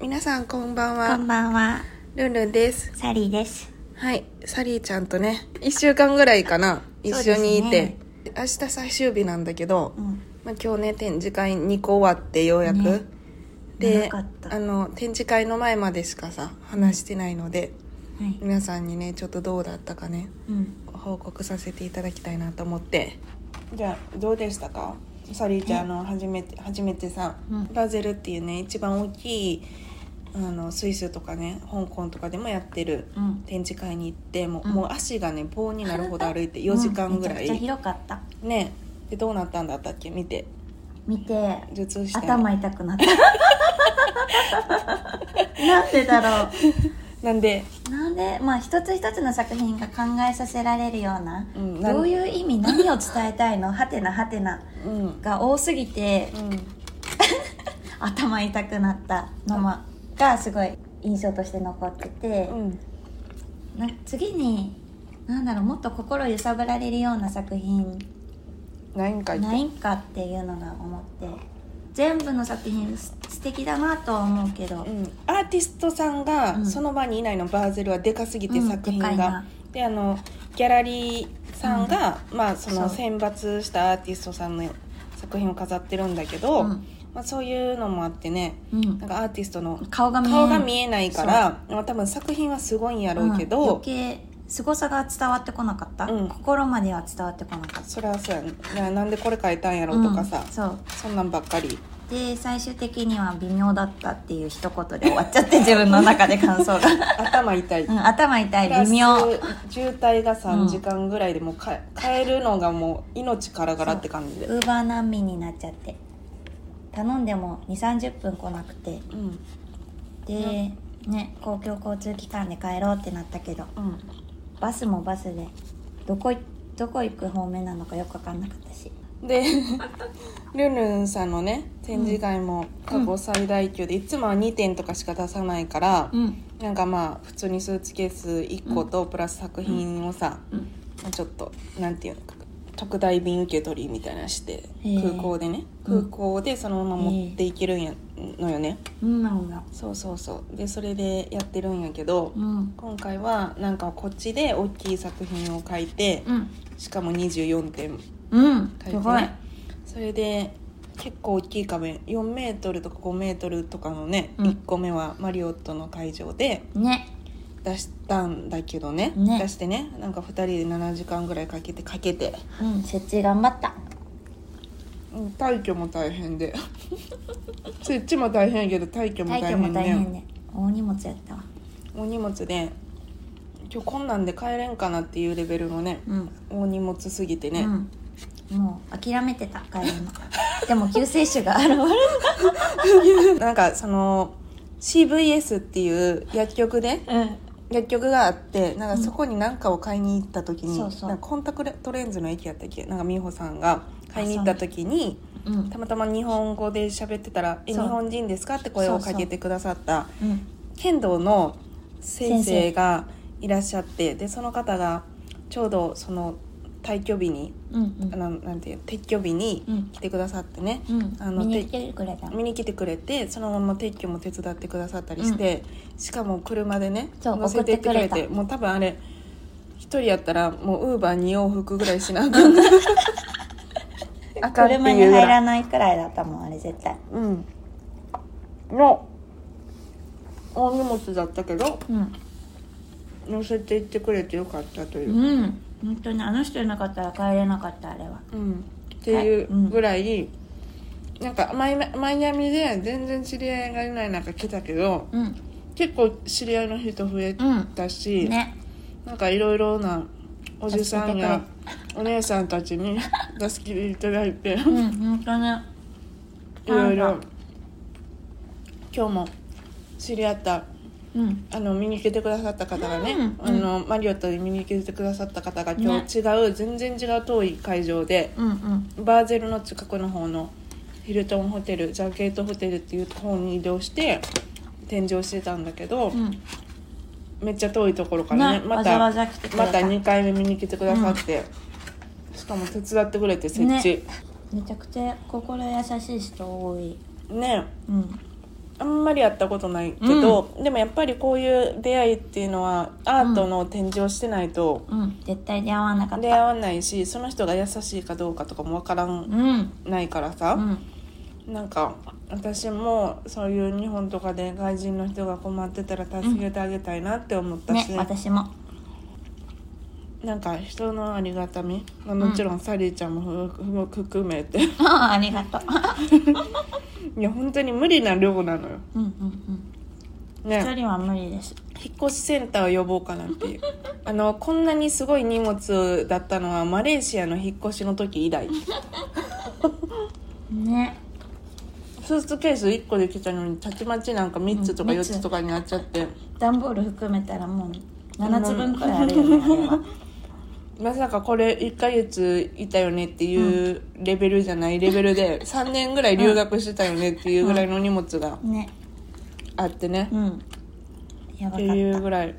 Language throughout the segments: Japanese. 皆さんこんばんこはん。ばんは、ルンルンです。サリーです。はい、サリーちゃんとね、1週間ぐらいかな、一そうです緒ねにいて、明日最終日なんだけど、うん、まあ、今日ね、展示会2個終わってようやく。ねで長かったあの、展示会の前までしかさ、話してないので、はい、皆さんにね、ちょっとどうだったかね、うん、報告させていただきたいなと思って。じゃあ、どうでしたかサリーちゃんあの初めて初めてさ、うんバゼルっていうね一番大きいあのスイスとかね香港とかでもやってるうん、展示会に行ってもう,、うんもう足がね棒になるほど歩い て4時間ぐらい、うんめちゃくちゃ広かった。ねでどうなったんだったっけ見て見て、頭痛して頭痛く なった。なんでだろなんで、う。なんで、まあ一つ一つの作品が考えさせられるような。うんなんどういう意味、何を伝えたいの、はてなはてなうんうんが多すぎて、頭痛くなったのも。がすごい印象として残ってて。うんな次に何だろうもっと心揺さぶられるような作品ないんかいないんかっていうのが思って全部の作品す素敵だなとは思うけど、うん、アーティストさんがうんその場にいないのバーゼルはでかすぎてうん作品でかいがな、であのギャラリーさんが、まあそのそう選抜したアーティストさんの作品を飾ってるんだけど、うんまあ、そういうのもあってねうんなんかアーティストの顔が見え顔が見えないから、まあ、多分作品はすごいんやろうけうんど、余計凄さが伝わってこなかった、うん心までは伝わってこなかったそりゃそうやねななんでこれ書いたんやろうとかさうん、そうそんなんばっかりで最終的には微妙だったっていう一言で終わっちゃって自分の中 で感想が、頭痛い、うん、頭痛プラいス微妙渋滞がう3ん時間ぐらいでもうか帰るのがもう命からがらって感じでウーバー難民になっちゃって頼んでも2 3 0分来なくてうんで、ね公共交通機関で帰ろうってなったけどうんバスもバスでどこいどこ行く方面なのかよく分かんなかったしでルンルンさんのね展示会も過去最大級で、いつもは2点とかしか出さないから、んなんかまあ普通にスーツケース1個とプラス作品をさ、うんちょっとなんていうのか特大便受け取りみたいなのしてへえ空港でねう空ん港でそのまま持っていけるんやのよね、うんなんだそうそうそうでそれでやってるんやけど、うん今回はなんかこっちで大きい作品を書いて、うんしかも24点書いうんて、ね、すごいそれで結構大きい壁4メートルとか5メートルとかのね、うん1個目はマリオットの会場でね出したんだけどねね出してねなんか2人で7時間ぐらいかけてかけてうん設置頑張ったうん退去も大変 で設置も大変やけど退去も退大去変もで、大変ね大荷物やったわお荷物で今日こんなんで帰れんかなっていうレベルのねうん大荷物すぎてね、うん、もう諦めてた帰るのでも救世主が現れ なんかその CVS っていう薬局で薬局があってなんかそこに何かを買いに行った時に、そうそうなんかコンタクトレンズの駅やったっけなんか美穂さんが買いに行った時にうんうんたまたま日本語で喋ってたら「え日そう本人ですか?」って声をかけてくださったうん剣道の先先生生がいらっしゃってでその方がちょうどその退去日に、うんあのなんていう撤去日にうん来てくださってね、うんあの見てに来てくれた見に来てくれてそのまま撤去も手伝ってくださったりして、しかも車でねそう乗せてってくれ送っててくれもう多分あれ一人やったらもうウーバー2往復ぐらいしなあかん あかんって車にいう入ぐららいないくらいだったもんあれ絶対うんの大荷物だったけどうん乗せていってくれてよかったという、うん本当にあの人いなかったら帰れなかったあれはうん、っていうぐらい、なんかマイナマイアミで全然知り合いがいない中来たけどうん結構知り合いの人増えたし、ねなんかいろいろなおじさんやお姉さんたちに助けていただいてうん本当ねいろいろ今日も知り合ったうんあの見に来てくださった方がね、うんあのマリオットに見に来てくださった方が今ね日違う、全然違う遠い会場でうんうんバーゼルの近くの方のヒルトンホテルジャケットホテルっていう方に移動して展示をしてたんだけど、うんめっちゃ遠いところからねねまわたざわざ来てくれまたた2回目見に来てくださって、しかも手伝ってくれて設置めちゃくちゃ心優しい人多いねうんあんまりやったことないけど、でもやっぱりこういう出会いっていうのはアートの展示をしてないと、うん絶対出会わなかっ出会たわないしその人が優しいかどうかとかもわからんうんないからうさ、んなんか私もそういう日本とかで外人の人が困ってたら助けてあげたいなって思ったし、ね私も なんか人のありがたみ、まあ、もちろんサリーちゃんもふふ含めて いありがとうや本当に無理な量なのようんうんうん一ね人は無理です引っ越しセンターを呼ぼうかなって いうあのこんなにすごい荷物だったのはマレーシアの引っ越しの時以 来ねスーツケース1個できたのにたちまちなんか3つとかうん4三つつとかになっちゃって。段ボール含めたらもう7つ分くらいあるよねあ れはまさかこれ1ヶ月いたよねっていうレベルじゃないレベル で3年ぐらい留学してたよねっていうぐらいの荷物がねあってねうんやばっかてったいうぐらい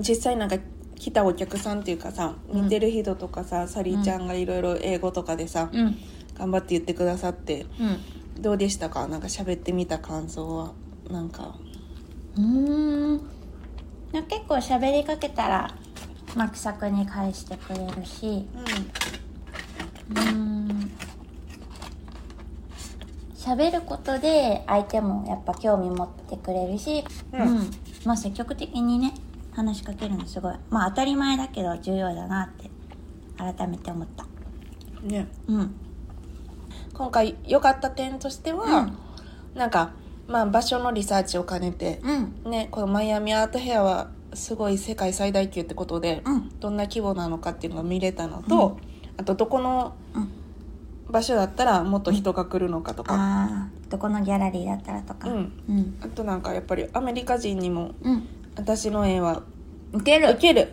実際なんか来たお客さんっていうかさ似てる人とかさサリーちゃんがいろいろ英語とかでさうん頑張って言ってくださってうんどうでしたかなんか喋ってみた感想はなんかうーん結構喋りかけたら、まあ、気さくに返してくれるしうーん喋ることで相手もやっぱ興味持ってくれるし、うんまあ、積極的にね話しかけるのすごい、まあ、当たり前だけど重要だなって改めて思ったうんねうん今回良かった点としてはなんかまあ場所のリサーチを兼ねてうんね、このマイアミアートヘアはすごい世界最大級ってことで、うんどんな規模なのかっていうのが見れたのと、あとどこのうん場所だったらもっと人が来るのかとか、ああどこのギャラリーだったらとかうんうんあとなんかやっぱりアメリカ人にもうん私の絵は受け受ける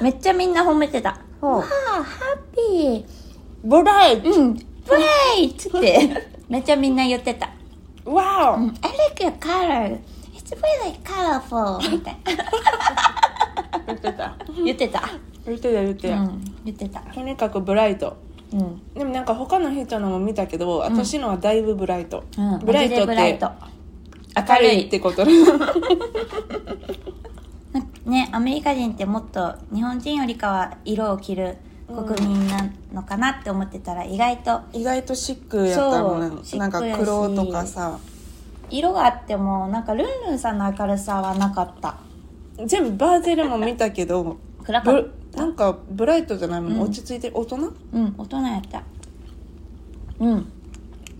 めっちゃみんな褒めてたほうわあハッピブライーうんプレイっつってめっちゃみんな言ってたトわお「うん I like your color it's really colorful」みたいな言ってた言ってた、言ってた言って うた、ん、言ってたとにかくブライトうん、うん、でもなんか他の人のも見たけど私のはだいぶブライト、ブライトマジでっブライてト明るいってことうねアメリカ人ってもっと日本人よりかは色を着る国民なのかなって思ってたら意外とん意外とシックやったもんそうシねックなやんかし黒とかさ色があってもなんかルンルンさんの明るさはなかった全部バーゼルも見たけど暗かったぶなんかブライトじゃないもん、うん落ち着いてる大人うん大人やったうん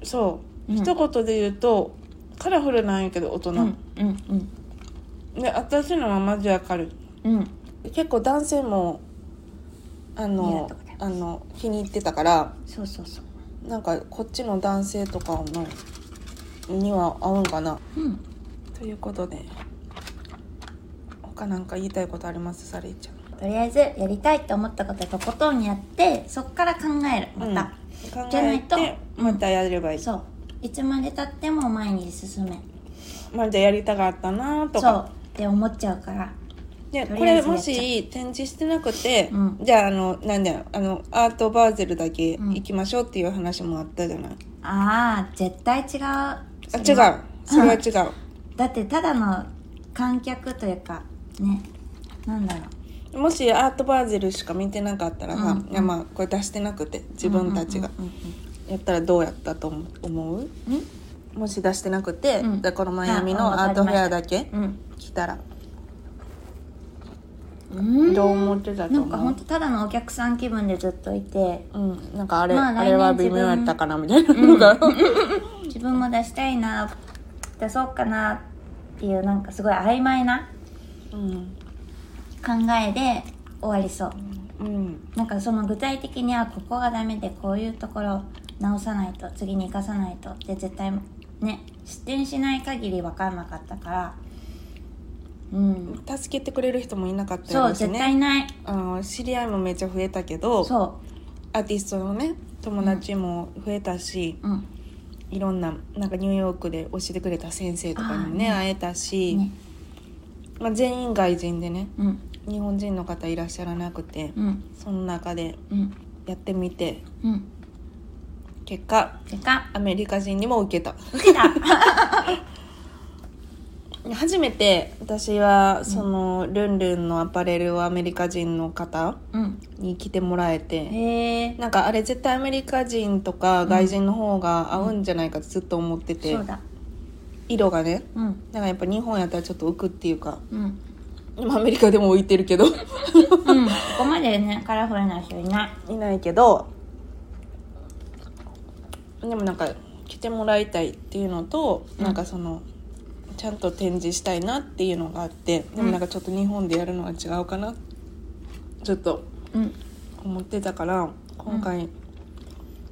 そう、うん一言で言うとカラフルなんやけど大人、うんうんうんで私のはマジ明るうんい結構男性もあありがのとうございまあの気に入ってたからそうそうそうなんかこっちの男性とかのには合うんかなうんということで他なんか言いたいことありますサリーちゃんとりあえずやりたいと思ったこととことんやってそっから考えるまた、うん、じ考ゃなえいとてまたやればいい、そういつまでたっても前に進めまだやりたかったなとそかうって思っちゃうからでとこりあえれずやもっちゃうし展示してなくて、うんじゃああのなんだよあのアートバーゼルだけうん行きましょうっていう話もあったじゃない、ああ絶対違うああ違うそれは違う、だってただの観客というかねなんだろもしアートバーゼルしか見てなかったらさ、うんいやまあこれ出してなくてう自分たちがうんやったらどうやったと思う思ううんもし出してなくて、うんだからこのマイアミあのあアわーかトりフましたェアだけうんうん来たらうんどう思ってたとな思うんか本当ただのお客さん気分でずっといてうん、なんかあれ、まああれは来年微自妙分やったかなみたいなのが、自分も出したいな出そうかなっていうなんかすごい曖昧なうん考えで終わりそううんなんかその具体的にはここがダメでこういうところ直さないと次に生かさないとって絶対ね失点しない限り分かんなかったからうん助けてくれる人もいなかったそう、よ絶対ないあの知り合いもめっちゃ増えたけどそアーティストのね友達も増えたし、ううんいろんななんかニューヨークで教えてくれた先生とかにもねあー会えたし、ねまあ、全員外人でねうん日本人の方いらっしゃらなくて、うんその中でうんやってみてうん結果でかアメリカ人にも受けた受け た初めて私はその、ルンルンのアパレルをアメリカ人の方うんに来てもらえてへえなんかあれ絶対アメリカ人とか外人の方が合うんじゃないかってずっと思ってて、そうだ色がねうんなんかやっぱ日本やったらちょっと浮くっていうかうん今アメリカでも浮いてるけどうん、ここまでねカラフルな人いないいないけどでもなんか来てもらいたいっていうのと、うんなんかそのちゃんと展示したいなっていうのがあってでうもんなんかちょっと日本でやるのは違うかなちょっとうん思ってたから今回、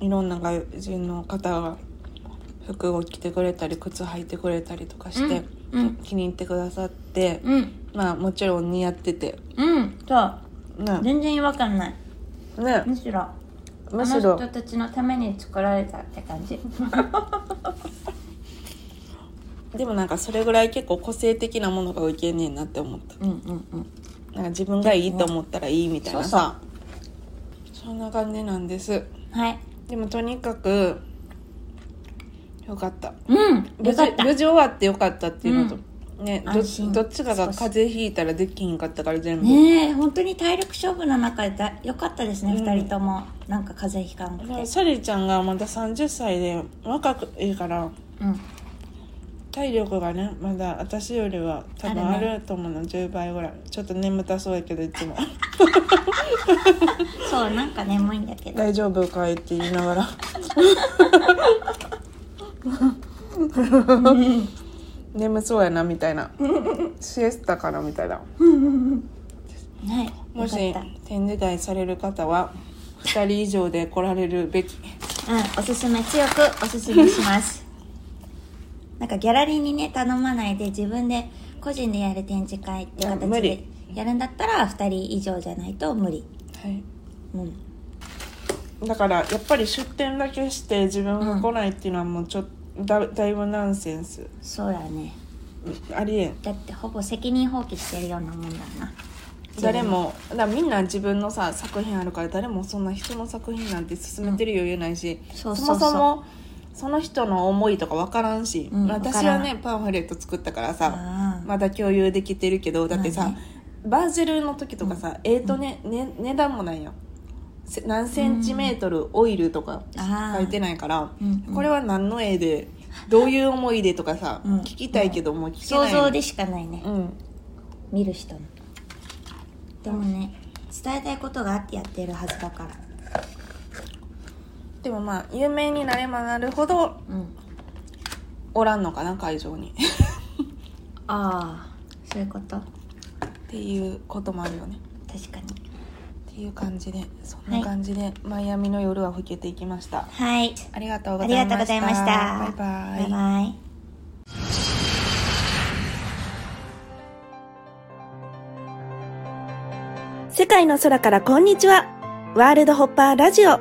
いろんな外人の方が服を着てくれたり靴履いてくれたりとかして、うんうん気に入ってくださって、うんまあもちろん似合っててうんそうね全然違和感ないねむしろむしろあの人たちのために作られたって感じでもなんかそれぐらい結構個性的なものがいけねえなって思ったうんうんうんなんか自分がいいと思ったらいいみたいなさそんな感じなんですはいでもとにかくよかったうん無よ事かった無事終わってよかったっていうのと、ねど安心どっちかが風邪ひいたらできひんかったから全部、ねえ本当に体力勝負の中でだよかったですね、うん二人ともなんか風邪ひかなくてサリーちゃんがまだ30歳で若くいいからうん体力がねまだ私よりは多分ああるねると思うの、10倍ぐらいちょっと眠たそうやけどいつもそうなんか眠いんだけど大丈夫かいって言いながら眠そうやなみたいなシエスタかなみたいなはいもしよかっ展示会される方は2人以上で来られるべきたうんおすすめ強くおすすめします なんかギャラリーにね頼まないで自分で個人でやる展示会ってうん無形で理やるんだったら二人以上じゃないと無理はいうんだからやっぱり出店だけして自分が来ないっていうのはもうちょっとだだいぶナンセンスそうだねうんありえんだってほぼ責任放棄してるようなもんだな誰もだからみんな自分のさ作品あるから誰もそんな人の作品なんて進めてる余裕ないし、そうそうそもうそもその人の思いとか分からんし、うん私はねパンフレット作ったからさあまだ共有できてるけどだってさ、まあねバージルの時とかさ、えーとねね値段もないよせ何センチメートルオイルとかあー書いてないから、うんうんこれは何の絵でどういう思いでとかさ、うん聞きたいけどもう聞けな想い像でしかないねうん見る人のでもね伝えたいことがあってやってるはずだからでもまあ有名になればなるほどうんおらんのかな会場に ああそういうことっていうこともあるよね確かにっていう感じでそんな感じで、マイアミの夜は更けていきましたはいありがとうあごりざいがましたとうございましたバイババイイバイ世界の空からこんにちは。ワールドホッパーラジオ。